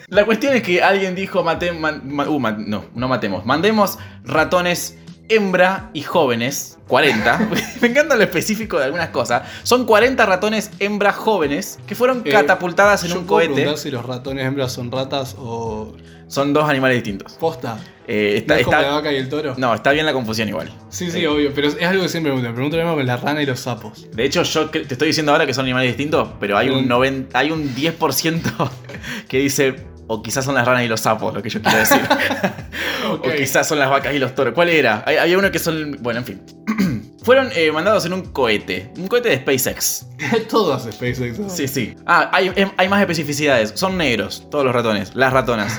D: La cuestión es que alguien dijo, mate, man- ma- uh, man- no, no matemos, mandemos ratones hembra y jóvenes, 40. Me encanta lo específico de algunas cosas. Son 40 ratones hembra jóvenes que fueron
C: Eh,
D: catapultadas en
C: Yo
D: un
C: puedo
D: cohete.
C: preguntar si los ratones hembras son ratas o
D: Son dos animales distintos.
C: posta.
D: Eh,
C: ¿No
D: está,
C: es como
D: está-
C: la vaca y el toro?
D: no, está bien la confusión igual.
C: Sí, sí, obvio, pero es algo que siempre me pregunto. Me pregunto lo mismo con la rana y los sapos.
D: De hecho, yo cre- te estoy diciendo ahora que son animales distintos, pero hay un,
C: Mm.
D: 90, hay un 10% que dice, o quizás son las ranas y los sapos, lo que yo quiero decir.
C: Ok.
D: O quizás son las vacas y los toros. ¿Cuál era? Hay- Había uno que son... Bueno, en fin. Fueron eh, mandados en un cohete, un cohete de SpaceX.
C: Todo hace SpaceX. ¿no?
D: Sí, sí. Ah, hay, em- hay más especificidades. Son negros, todos los ratones, las ratonas,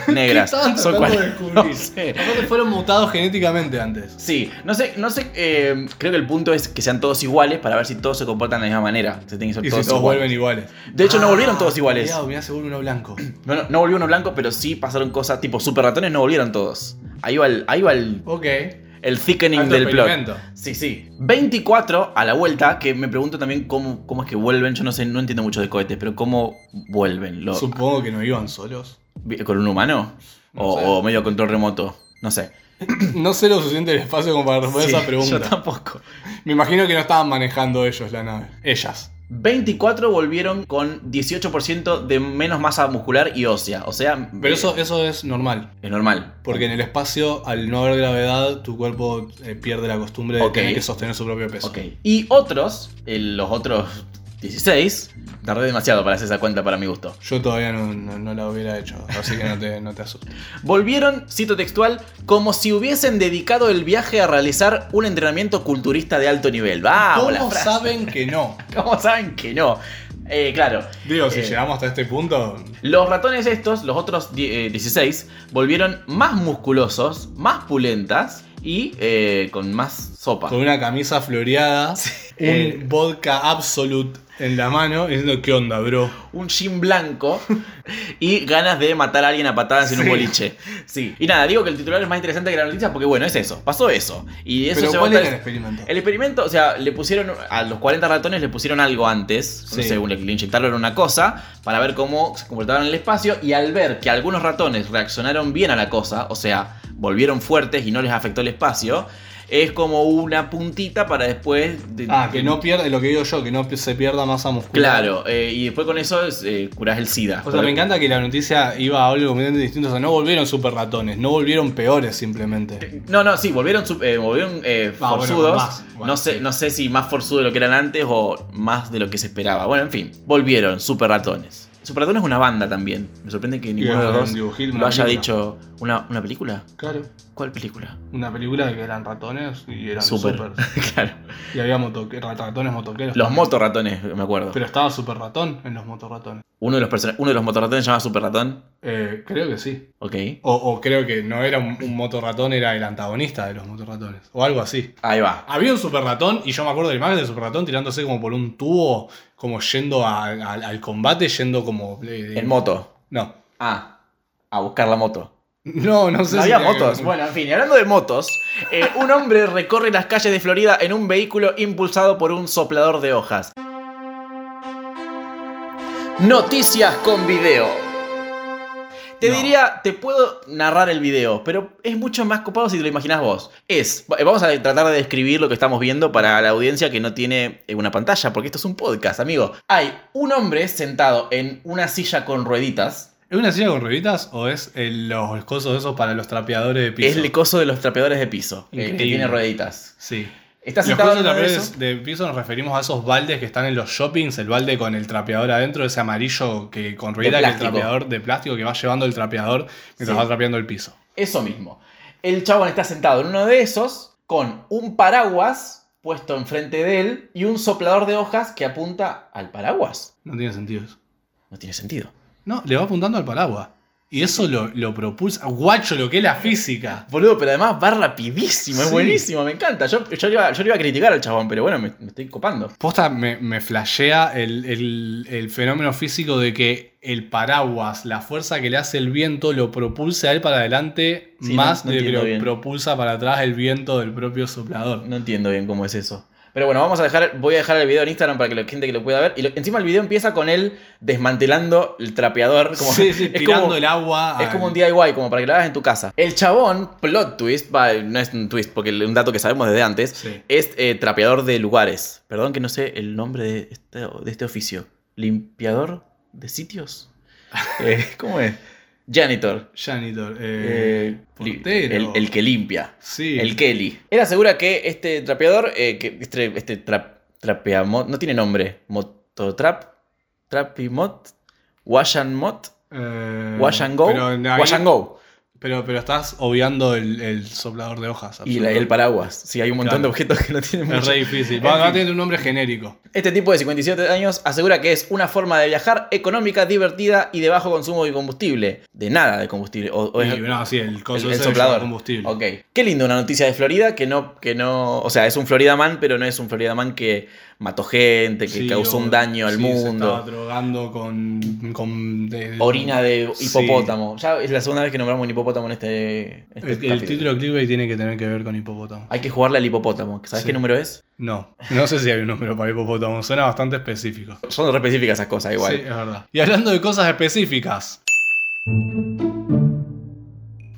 D: negras.
C: ¿Qué estaban
D: son
C: tratando
D: cual-
C: de descubrir?
D: No sé.
C: Aparte fueron mutados genéticamente antes.
D: Sí, no sé, no sé, eh, creo que el punto es que sean todos iguales para ver si todos se comportan de la misma manera. Se tienen que ser
C: Y si
D: todos
C: todos
D: iguales.
C: vuelven iguales. Ah,
D: De hecho, no volvieron todos iguales.
C: Mirá, mirá, se vuelve uno blanco.
D: No, no, no volvió uno blanco, pero sí pasaron cosas tipo super ratones, no volvieron todos. Ahí va el, ahí va el,
C: Ok.
D: el thickening
C: Alto
D: del plot.
C: experimento.
D: Sí, sí. 24 a la vuelta, que me pregunto también cómo, cómo es que vuelven. Yo no sé, no entiendo mucho de cohetes, pero cómo vuelven. Lo-
C: Supongo que no iban solos.
D: ¿Con un humano?
C: No
D: o,
C: sé.
D: o medio control remoto? No sé.
C: No sé lo suficiente del espacio como para responder
D: Sí,
C: esa
D: Yo
C: pregunta.
D: tampoco.
C: Me imagino que no estaban manejando ellos la nave. Ellas.
D: 24 volvieron con 18% de menos masa muscular y ósea. O sea,
C: Pero eso, eso es normal.
D: es normal.
C: Porque en el espacio, al no haber gravedad, tu cuerpo eh, pierde la costumbre de
D: Ok.
C: tener que sostener su propio peso.
D: Ok. Y otros, el- los otros 16, tardé demasiado para hacer esa cuenta para mi gusto.
C: Yo todavía no, no- no la hubiera hecho, así que no te, no te asustes.
D: Volvieron, cito textual, como si hubiesen dedicado el viaje a realizar un entrenamiento culturista de alto nivel. ¡Vamos! la
C: ¿Cómo
D: frase.
C: saben que no?
D: ¿Cómo saben que no? Eh, claro.
C: Digo, si
D: Eh,
C: llegamos hasta este punto,
D: Los ratones estos, los otros die- eh, 16, volvieron más musculosos, más pulentas y eh, con más sopa.
C: con una camisa floreada, un
D: Eh,
C: vodka absolute en la mano diciendo, ¿qué onda, bro?
D: un jean blanco y ganas de matar a alguien a patadas en un
C: Sí.
D: boliche. Sí. Y nada, digo que el titular es más interesante que la noticia porque, bueno, es eso. Pasó eso. Y eso
C: Pero
D: se va a
C: ¿cuál era el
D: estar-
C: experimento?
D: El experimento, o sea, le pusieron a los 40 ratones le pusieron algo antes,
C: Sí.
D: no sé, le, le inyectaron una cosa para ver cómo se comportaban en el espacio y al ver que algunos ratones reaccionaron bien a la cosa, o sea, volvieron fuertes y no les afectó el espacio, es como una puntita para después de-
C: Ah, que no pierde, lo que digo yo, que no se pierda masa muscular.
D: Claro, eh, y después con eso eh, curás el SIDA.
C: O sea, me encanta que la noticia iba a algo completamente distinto. O sea, no volvieron super ratones, no volvieron peores simplemente.
D: No, no, sí, volvieron, su- eh, volvieron eh,
C: Ah, bueno,
D: forzudos.
C: más, bueno,
D: no, sé,
C: sí.
D: no sé si más forzudos de lo que eran antes o más de lo que se esperaba. Bueno, en fin, volvieron, Super Ratones. Super Ratones es una banda también. Me sorprende que ninguno de
C: era
D: los
C: un
D: dos
C: dibujito,
D: lo
C: una
D: haya
C: película.
D: dicho. ¿Una, ¿Una película?
C: Claro.
D: ¿Cuál película?
C: Una película de que eran ratones y eran
D: Super.
C: super.
D: claro.
C: Y había motoque- rat- ratones motoqueros.
D: Los motorratones, me acuerdo.
C: Pero estaba super ratón en los motorratones.
D: Uno de los, persona- uno de los motorratones se llama Super Ratón.
C: Eh, creo que sí.
D: Ok.
C: O, o creo que no era un, un motorratón, era el antagonista de los motorratones. O algo así.
D: Ahí va.
C: Había un super ratón y yo me acuerdo de la imagen del super ratón tirándose como por un tubo, como yendo a- a- al combate, yendo como... eh,
D: En moto.
C: No.
D: Ah, a buscar la moto.
C: No, no sé
D: No
C: si tenía
D: había
C: que ver
D: motos.
C: con-
D: Bueno, en fin, y hablando de motos, eh, un hombre recorre las calles de Florida en un vehículo impulsado por un soplador de hojas. Noticias con video. Te
C: No.
D: diría, te puedo narrar el video, pero es mucho más copado si te lo imaginas vos. Es, eh, vamos a tratar de describir lo que estamos viendo para la audiencia que no tiene eh, una pantalla, porque esto es un podcast, amigo. Hay un hombre sentado en una silla con rueditas.
C: ¿Es una silla con rueditas o es el- los cosos esos para los trapeadores de piso?
D: Es el coso de los trapeadores de piso, eh, que
C: Increíble.
D: tiene rueditas.
C: Sí.
D: Está
C: los
D: sentado
C: cosos
D: en
C: de
D: uno de
C: trapeadores
D: esos.
C: de piso nos referimos a esos baldes que están en los shoppings, el balde con el trapeador adentro, ese amarillo que con ruedita que el
D: plástico.
C: trapeador de plástico que va llevando el trapeador mientras
D: Sí.
C: va trapeando el piso.
D: Eso mismo. El chabón está sentado en uno de esos con un paraguas puesto enfrente de él y un soplador de hojas que apunta al paraguas.
C: No tiene sentido eso.
D: No tiene sentido.
C: No, le va apuntando al paraguas. Y eso lo, lo propulsa. Guacho, lo que es la física.
D: Boludo, pero además va rapidísimo, es
C: Sí.
D: buenísimo, me encanta. Yo, yo, le iba, yo le iba a criticar al chabón, pero bueno, me, me estoy copando.
C: Posta me, me flashea el, el- el fenómeno físico de que el paraguas, la fuerza que le hace el viento, lo propulsa a él para adelante
D: Sí, no-
C: más
D: no
C: de que
D: entiendo
C: lo
D: bien.
C: propulsa para atrás el viento del propio soplador.
D: No entiendo bien cómo es eso. Pero bueno, vamos a dejar, voy a dejar el video en Instagram para que la gente que lo pueda ver. Y lo- encima el video empieza con él desmantelando el trapeador. Como,
C: sí, sí,
D: es
C: tirando
D: como-
C: el agua.
D: Es
C: al-
D: como un DIY, como para que lo hagas en tu casa. El chabón, plot twist, va, no es un twist, porque un dato que sabemos desde antes,
C: Sí.
D: es eh, trapeador de lugares. Perdón que no sé el nombre de este, de este oficio. ¿Limpiador de sitios? Eh, ¿Cómo es? Janitor.
C: Janitor. eh,
D: Eh, li-
C: portero.
D: el, el que limpia.
C: sí.
D: El Kelly. Él asegura que este trapeador, eh, que este, este tra- trapeamo- no tiene nombre. Mototrap, Trapimot, Wash and Mot,
C: eh,
D: Wash and Go,
C: Pero, en ahí-
D: Wash and Go.
C: pero, pero estás obviando el, el soplador de hojas.
D: Y la- el
C: absolutamente.
D: paraguas. Sí, hay un
C: Claro.
D: montón de objetos que no tienen
C: Es
D: mucho.
C: re difícil.
D: En
C: Va,
D: fin.
C: va a tener un nombre genérico.
D: Este tipo de 57 años asegura que es una forma de viajar económica, divertida y de bajo consumo de combustible. De nada de combustible. O, o es-
C: Y, no, sí, el, coso
D: el
C: ese de
D: soplador.
C: combustible.
D: Ok. Qué lindo una noticia de Florida que no, que no. O sea, es un Florida Man, pero no es un Florida Man que mató gente, que
C: Sí,
D: causó
C: o-
D: un daño al
C: sí, Se estaba
D: mundo.
C: drogando con. con de-
D: Orina de
C: Sí.
D: hipopótamo. Ya es la segunda vez que nombramos un hipopótamo en este. este
C: El, el
D: capítulo.
C: título de clickbait tiene que tener que ver con hipopótamo.
D: Hay que jugarle al hipopótamo. ¿Sabes
C: Sí.
D: qué número es?
C: No, no sé si hay un número para hipopótamo. Suena bastante específico.
D: Son re específicas esas cosas, igual.
C: Sí, es verdad. Y hablando de cosas específicas.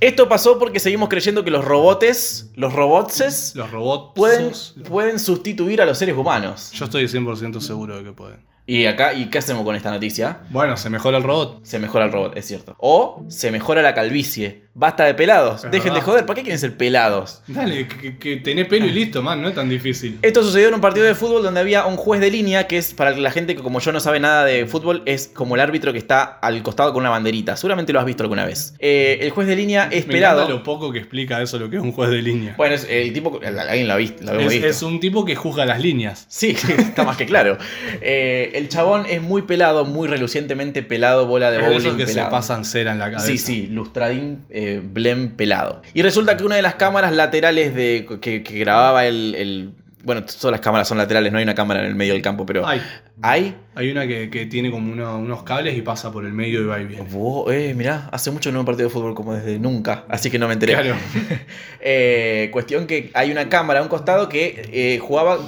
D: Esto pasó porque seguimos creyendo que los robots, los robotses,
C: Los robots.
D: pueden,
C: los-
D: pueden sustituir a los seres humanos.
C: Yo estoy 100% seguro de que pueden.
D: Y acá, ¿y qué hacemos con esta noticia?
C: Bueno, se mejora el robot.
D: Se mejora el robot, es cierto. O se mejora la calvicie. Basta de pelados.
C: Es
D: Dejen de
C: verdad.
D: joder. ¿Para qué quieren ser pelados?
C: Dale, que, que- que tenés pelo y listo, man, no es tan difícil.
D: Esto sucedió en un partido de fútbol donde había un juez de línea que es para la gente que como yo no sabe nada de fútbol es como el árbitro que está al costado con una banderita. Seguramente lo has visto alguna vez. Eh, el juez de línea es
C: Me encanta
D: pelado.
C: lo poco que explica eso, lo que es un juez de línea.
D: Bueno, es el tipo... Alguien lo ha visto. Lo hemos
C: es,
D: visto.
C: es un tipo que juzga las líneas.
D: Sí, está más que claro. Eh, el chabón es muy pelado, muy relucientemente pelado, bola de
C: Es de esos
D: bowling
C: que se
D: pelado.
C: pasan cera en la cabeza.
D: Sí, sí, lustradín, eh, blem pelado. Y resulta que una de las cámaras laterales de que, que grababa el, el- Bueno, todas las cámaras son laterales, no hay una cámara en el medio del campo, pero
C: Ay,
D: ¿Hay?
C: Hay una que, que tiene como uno- unos cables y pasa por el medio y va y viene.
D: Wow, eh, mirá, hace mucho que no veo un partido de fútbol como desde nunca, así que no me enteré.
C: Claro.
D: Eh, cuestión que hay una cámara a un costado que eh, jugaba,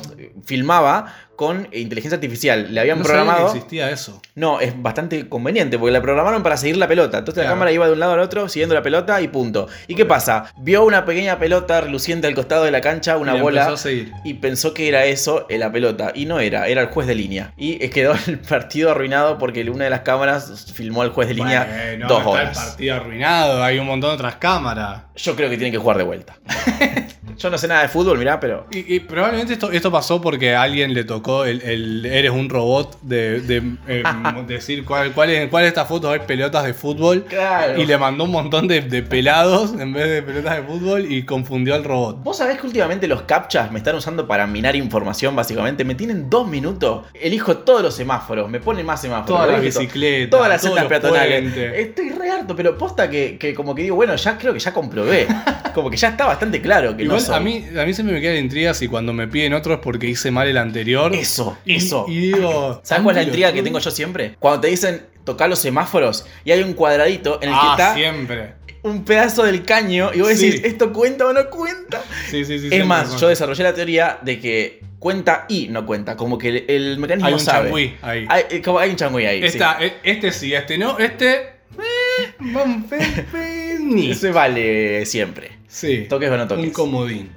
D: filmaba con inteligencia artificial. Le habían
C: No sabía que
D: programado.
C: existía eso.
D: No, es bastante conveniente porque la programaron para seguir la pelota. Entonces la
C: Claro.
D: cámara iba de un lado al otro siguiendo la pelota y punto. ¿Y qué pasa? Vio una pequeña pelota reluciente al costado de la cancha, una
C: Y la
D: bola.
C: empezó a seguir.
D: Y pensó que era eso eh, la pelota. Y no era, era el juez de línea. Y eh, quedó el partido arruinado porque una de las cámaras filmó al juez de línea
C: Bueno,
D: dos
C: está
D: horas.
C: el partido arruinado, hay un montón de otras cámaras.
D: Yo creo que tienen que jugar de vuelta. Yo no sé nada de fútbol, mirá, pero.
C: Y, y probablemente esto, esto pasó porque a alguien le tocó el, el eres un robot de, de, eh, decir cuál, cuál es, en cuál de estas fotos hay pelotas de fútbol.
D: Claro.
C: Y le mandó un montón de, de pelados en vez de pelotas de fútbol y confundió al robot.
D: Vos sabés que últimamente los captchas me están usando para minar información, básicamente. Me tienen dos minutos. Elijo todos los semáforos, me ponen más semáforos.
C: Todas las
D: elijo to-
C: bicicletas,
D: Todas las
C: todos
D: sendas
C: los
D: peatonales.
C: puentes.
D: Estoy re harto, pero posta que, que como que digo, bueno, ya creo que ya comprobé. como que ya está bastante claro que
C: Igual
D: no soy.
C: a, mí, a mí siempre me queda la intriga si cuando me piden otro es porque hice mal el anterior.
D: Eso,
C: Y-
D: eso.
C: Y, digo.
D: ¿Sabes cuál es la intriga que tengo yo siempre? Cuando te dicen tocar los semáforos y hay un cuadradito en el que
C: Ah,
D: está
C: siempre.
D: un pedazo del caño y vos
C: Sí.
D: decís, ¿esto cuenta o no cuenta?
C: Sí, sí, sí.
D: es
C: siempre
D: más,
C: pasa.
D: yo desarrollé la teoría de que cuenta y no cuenta, como que el, el mecanismo
C: Hay un
D: sabe.
C: changüí ahí.
D: Hay, eh, como hay un changüí ahí. sí.
C: Esta- e- Este sí, este no, este. eh, van pe- pe- ni.
D: Se vale siempre.
C: Sí.
D: Toques o no toques.
C: Un comodín.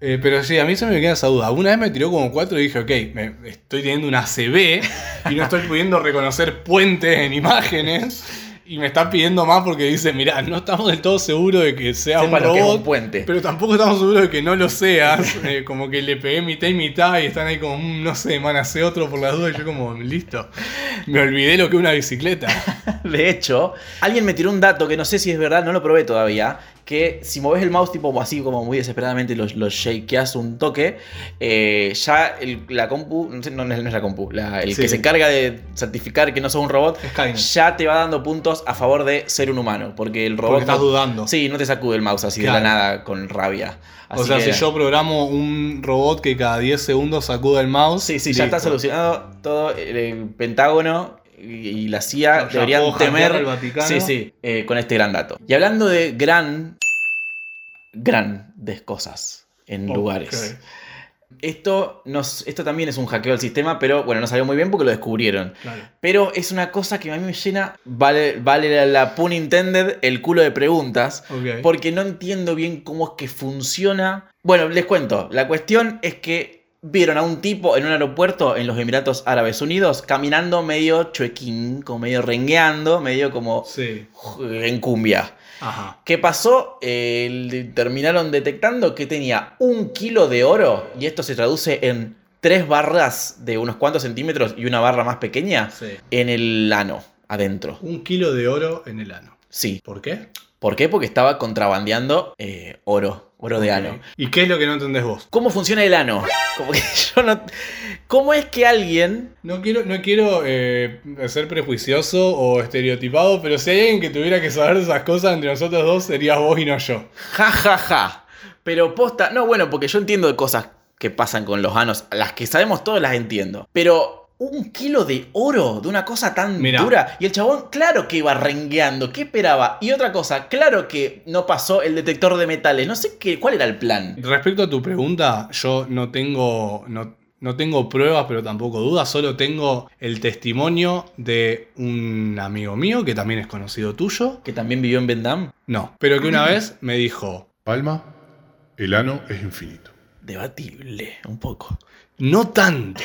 C: Eh, pero sí, a mí se me queda esa duda. Una vez me tiró como cuatro y dije, ok, me, estoy teniendo una CB y no estoy pudiendo reconocer puentes en imágenes. Y me está pidiendo más porque dice, mirá, no estamos del todo seguros de que sea
D: Sepa
C: un
D: lo que es un
C: robot,
D: puente.
C: pero tampoco estamos seguros de que no lo seas. Eh, como que le pegué mitad y mitad y están ahí como, "Mm, no sé, man, hace otro por las dudas. Y yo como, listo, me olvidé lo que es una bicicleta.
D: De hecho, alguien me tiró un dato que no sé si es verdad, no lo probé todavía. Que si moves el mouse tipo así como muy desesperadamente y lo, lo shakeas un toque, eh, ya el- la compu, no, sé, no, no es la compu, la- el
C: Sí.
D: que se encarga de certificar que no sos un robot,
C: Skynet.
D: ya te va dando puntos a favor de ser un humano, porque el robot...
C: Porque estás
D: no-
C: dudando.
D: Sí, no te sacude el mouse así de
C: Claro.
D: la nada con rabia.
C: o
D: Así
C: sea,
D: que-
C: si yo programo un robot que cada 10 segundos sacuda el mouse.
D: Sí, sí, ya
C: listo.
D: está solucionado todo el Pentágono y, y la CIA
C: Ya
D: deberían
C: puedo hackear
D: temer.
C: al Vaticano.
D: Sí, sí, eh, con este gran dato. Y hablando de gran, grandes cosas en
C: Ok.
D: lugares. Esto, nos, esto también es un hackeo del sistema, pero bueno, no salió muy bien porque lo descubrieron.
C: Claro.
D: Pero es una cosa que a mí me llena, vale, vale la, la pun intended, el culo de preguntas.
C: Ok.
D: Porque no entiendo bien cómo es que funciona. Bueno, les cuento. La cuestión es que vieron a un tipo en un aeropuerto en los Emiratos Árabes Unidos caminando medio chuequín, como medio rengueando, medio como
C: Sí.
D: en cumbia.
C: Ajá.
D: ¿Qué pasó? Eh, le- terminaron detectando que tenía un kilo de oro y esto se traduce en tres barras de unos cuantos centímetros y una barra más pequeña en el ano, adentro.
C: Un kilo de oro en el ano.
D: Sí.
C: ¿Por qué?
D: ¿Por qué? Porque estaba contrabandeando eh, oro, oro de ano.
C: ¿Y qué es lo que no entendés vos?
D: ¿Cómo funciona el ano? Como que yo no- ¿Cómo es que alguien...
C: No quiero, no quiero eh, ser prejuicioso o estereotipado, pero si hay alguien que tuviera que saber esas cosas entre nosotros dos, serías vos y no yo.
D: Ja, ja, ja. Pero posta... No, bueno, porque yo entiendo de cosas que pasan con los anos. Las que sabemos todos las entiendo. Pero un kilo de oro de una cosa tan
C: Mirá.
D: dura. Y el chabón, claro que iba rengueando. ¿Qué esperaba? Y otra cosa, claro que no pasó el detector de metales. No sé qué, cuál era el plan.
C: Respecto a tu pregunta, yo no tengo, no, no tengo pruebas, pero tampoco dudas. Solo tengo el testimonio de un amigo mío, que también es conocido tuyo.
D: Que también vivió en Vendam.
C: No, pero que una vez me dijo,
F: Palma, el ano es infinito.
D: Debatible, un poco.
C: no tanto.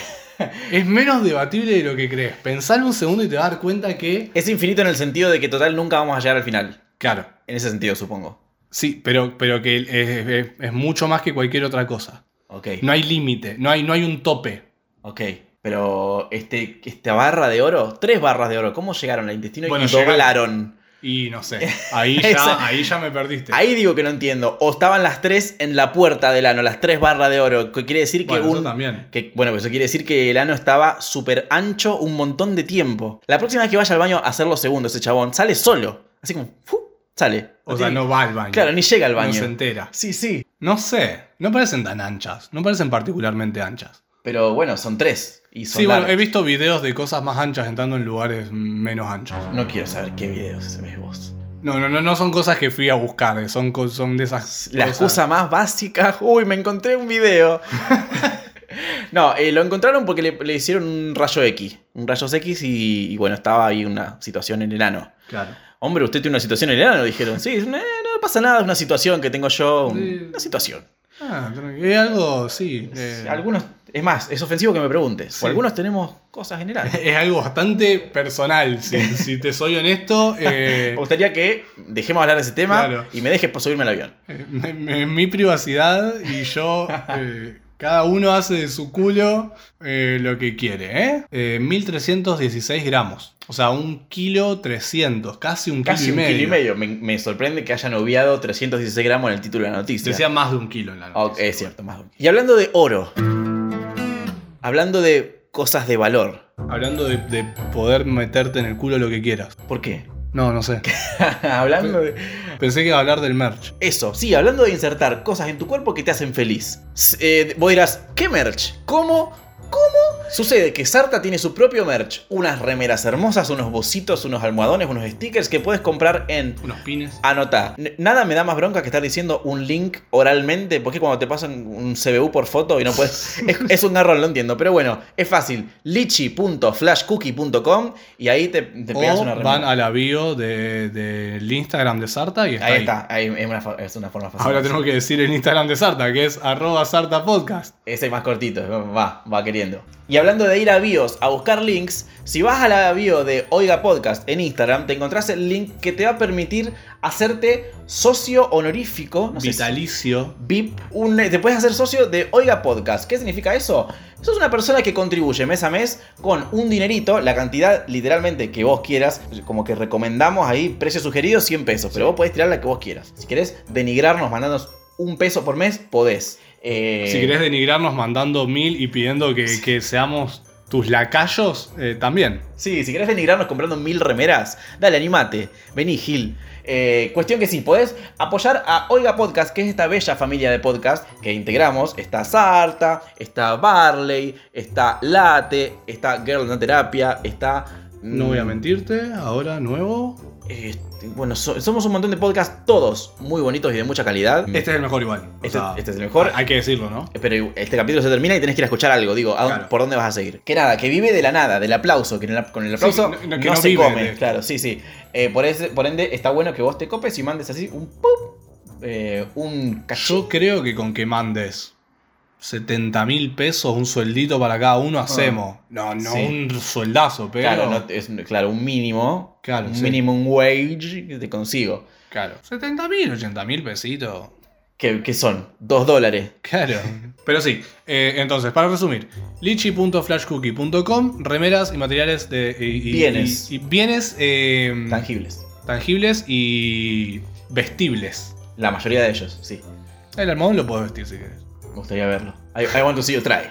C: Es menos debatible de lo que crees. Pensalo un segundo y te vas a dar cuenta que...
D: Es infinito en el sentido de que total nunca vamos a llegar al final.
C: Claro,
D: En ese sentido, supongo.
C: Sí, pero, pero que es, es- es mucho más que cualquier otra cosa.
D: Ok.
C: No hay límite, no hay, no hay un tope.
D: Ok, pero este, esta barra de oro, tres barras de oro, ¿cómo llegaron al intestino
C: Bueno,
D: y doblaron?
C: Y no sé, ahí
D: Eso.
C: ya, ahí ya me perdiste.
D: Ahí digo que no entiendo. O estaban las tres en la puerta del ano, las tres barras de oro, que quiere decir que
C: bueno,
D: un...
C: eso también.
D: que- bueno, pues eso quiere decir que el ano estaba súper ancho un montón de tiempo. La próxima vez que vaya al baño a hacer los segundos, ese chabón sale solo. Así como, ¡fu! sale.
C: O sea,
D: tiene-
C: no va al baño.
D: Claro, ni llega al
C: No
D: baño.
C: se entera.
D: Sí, sí.
C: No sé, no parecen tan anchas, no parecen particularmente anchas.
D: Pero bueno, son tres. Y son
C: Sí, bueno,
D: largos.
C: he visto videos de cosas más anchas entrando en lugares menos anchos.
D: No quiero saber qué videos ves vos.
C: No, no, no, no son cosas que fui a buscar, eh, son, co- son de esas.
D: La
C: cosas-
D: excusa más básica. Uy, me encontré un video. no, eh, lo encontraron porque le, le hicieron un rayo X. Un rayo X y, y bueno, estaba ahí una situación en el ano.
C: Claro.
D: Hombre, usted tiene una situación en el ano, dijeron. Sí, no, no pasa nada, es una situación que tengo yo. un-
C: Sí.
D: Una situación.
C: Ah, tranqui- es algo, sí. eh,
D: Algunos, es más, es ofensivo que me preguntes.
C: Sí.
D: Algunos tenemos cosas en el ano.
C: Es algo bastante personal, si, si te soy honesto. eh,
D: Me gustaría que dejemos hablar de ese tema
C: Claro.
D: y me dejes por subirme al avión.
C: eh, me- me- mi privacidad y yo. eh, cada uno hace de su culo eh, lo que quiere, ¿eh? Eh, 1316 gramos. O sea, un kilo 300, casi un
D: Casi
C: kilo
D: un
C: y medio.
D: kilo y medio. Me, me sorprende que hayan obviado 316 gramos en el título de la noticia.
C: Decía más de un kilo en la
D: Ok,
C: noticia.
D: es cierto, más. Y hablando de oro. Hablando de cosas de valor.
C: Hablando de, de poder meterte en el culo lo que quieras.
D: ¿Por qué?
C: No, no sé.
D: hablando de.
C: Pensé que iba a hablar del merch.
D: Eso, sí, hablando de insertar cosas en tu cuerpo que te hacen feliz. S- eh, vos dirás, ¿qué merch? ¿Cómo? ¿Cómo? Sucede que Sarta tiene su propio merch. Unas remeras hermosas, unos bocitos, unos almohadones, unos stickers que puedes comprar en...
C: Unos pines.
D: Anota, N- nada me da más bronca que estar diciendo un link oralmente, porque cuando te pasan un CBU por foto y no puedes... es, es un garrón, lo entiendo, pero bueno, es fácil. lichi.flashcookie.com y ahí te, te pegas
C: O
D: una remera.
C: van a la bio de- del Instagram de Sarta y está ahí.
D: Ahí está, ahí es una, fa- es una forma fácil.
C: Ahora tenemos que decir el Instagram de Sarta, que es arroba Sarta Podcast.
D: Ese es más cortito, va, va queriendo. Y hablando de ir a bios a buscar links, si vas a la bio de Oiga Podcast en Instagram, te encontrás el link que te va a permitir hacerte socio honorífico. no sé si-
C: Vitalicio.
D: VIP, un- te puedes hacer socio de Oiga Podcast. ¿Qué significa eso? Sos una persona que contribuye mes a mes con un dinerito, la cantidad literalmente que vos quieras, como que recomendamos ahí, precio sugerido 100 pesos, pero vos podés tirar la que vos quieras. Si querés denigrarnos, mandanos un peso por mes, podés. Eh,
C: Si querés denigrarnos mandando mil y pidiendo que, que seamos tus lacayos, eh, también.
D: Sí, si querés denigrarnos comprando mil remeras, dale, animate. Vení, Gil. Eh, cuestión que sí, podés apoyar a Oiga Podcast, que es esta bella familia de podcast que integramos. Está Sarta, está Barley, está Late, está Girl No Terapia, está... mm,
C: No voy a mentirte, ahora nuevo.
D: eh, bueno, so- somos un montón de podcasts, todos muy bonitos y de mucha calidad.
C: Este es el mejor igual. O
D: Este-
C: sea,
D: este es el mejor.
C: Hay que decirlo, ¿no?
D: Pero este capítulo se termina y tenés que ir a escuchar algo, digo, ¿a dónde-
C: Claro.
D: ¿por dónde vas a seguir? Que nada, que vive de la nada, del aplauso, que en el- con el aplauso
C: que
D: no,
C: no- que no
D: se
C: vive
D: come,
C: de-
D: claro, sí, sí. Eh, por, ese- por ende, está bueno que vos te copes y mandes así un pop, eh, un
C: Yo
D: cacho.
C: creo que con que mandes 70 mil pesos, un sueldito para cada uno, hacemos. No, no
D: Sí.
C: un sueldazo, pero.
D: Claro, no- es, un- claro, un mínimo,
C: Claro,
D: un
C: sí.
D: minimum wage que te consigo.
C: Claro. 70 mil, 80 mil pesitos.
D: Que, que son dos dólares.
C: Claro. Pero sí, eh, entonces, para resumir, lichi.flashcookie.com, remeras y materiales de. y- y-
D: Bienes.
C: Y, y bienes eh,
D: Tangibles.
C: tangibles y vestibles.
D: La mayoría de ellos, sí.
C: El almohadón lo puedes vestir si quieres.
D: Me gustaría verlo. I, I want to see you try.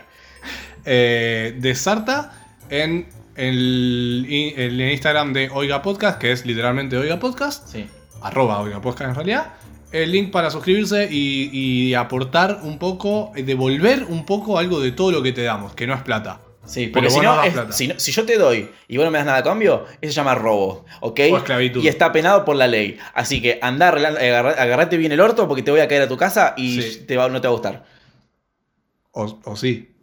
C: eh, de Sarta en el, in- el Instagram de Oiga Podcast, que es literalmente Oiga Podcast,
D: Sí.
C: arroba Oiga Podcast en realidad. El link para suscribirse y, y aportar un poco, eh, devolver un poco algo de todo lo que te damos, que no es plata.
D: Sí,
C: Pero
D: porque si
C: vos no
D: no,
C: das
D: es-
C: plata.
D: si no- si yo te doy y vos no me das nada a cambio, eso se llama robo, ¿ok?
C: O esclavitud.
D: Y está penado por la ley. Así que andá, arregla- agarra- agarrate bien el orto porque te voy a caer a tu casa y
C: Sí.
D: te va, no te va a gustar.
C: O, o sí.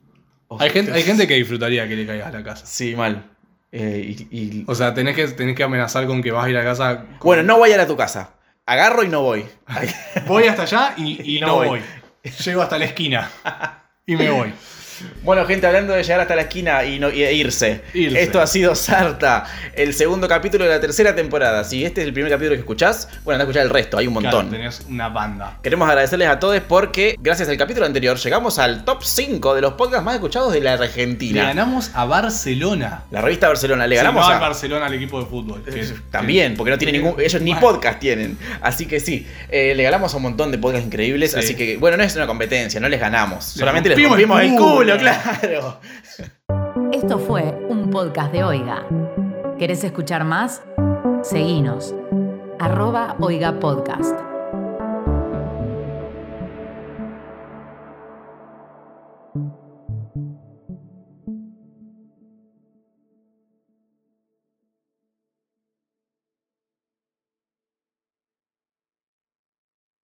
D: O-
C: Hay gente, hay gente que disfrutaría que le caigas a la casa.
D: Sí, mal. Eh, y- y-
C: O sea, tenés que, tenés que amenazar con que vas a ir a casa. con-
D: Bueno, no voy a ir a tu casa. Agarro y no voy. Ay,
C: Voy hasta allá y, y no,
D: No voy.
C: voy. Llego hasta la esquina y me voy.
D: bueno, gente, hablando de llegar hasta la esquina y, no, y- e irse.
C: Irse.
D: Esto ha sido Sarta, el segundo capítulo de la tercera temporada. Si este es el primer capítulo que escuchás, bueno, anda a escuchar el resto, hay un montón.
C: Claro, tenés una banda.
D: Queremos agradecerles a todos porque, gracias al capítulo anterior, llegamos al top 5 de los podcasts más escuchados de la
C: Le
D: Argentina.
C: ganamos a Barcelona.
D: La revista Barcelona, le
C: Se
D: ganamos
C: va
D: a- Eh,
C: al Barcelona al equipo de fútbol. que-
D: También, porque no tiene
C: que-
D: ningún. Ellos ni
C: Bueno,
D: podcast tienen. Así que sí, eh, le ganamos a un montón de podcasts increíbles.
C: Sí.
D: Así que, bueno, no es una competencia, no les ganamos.
C: Les
D: Solamente les
C: rompimos
D: rompimos
C: el
D: el culo,
C: culo.
D: claro.
A: Esto fue un podcast de Oiga. ¿Querés escuchar más? Seguinos. Arroba Oiga Podcast.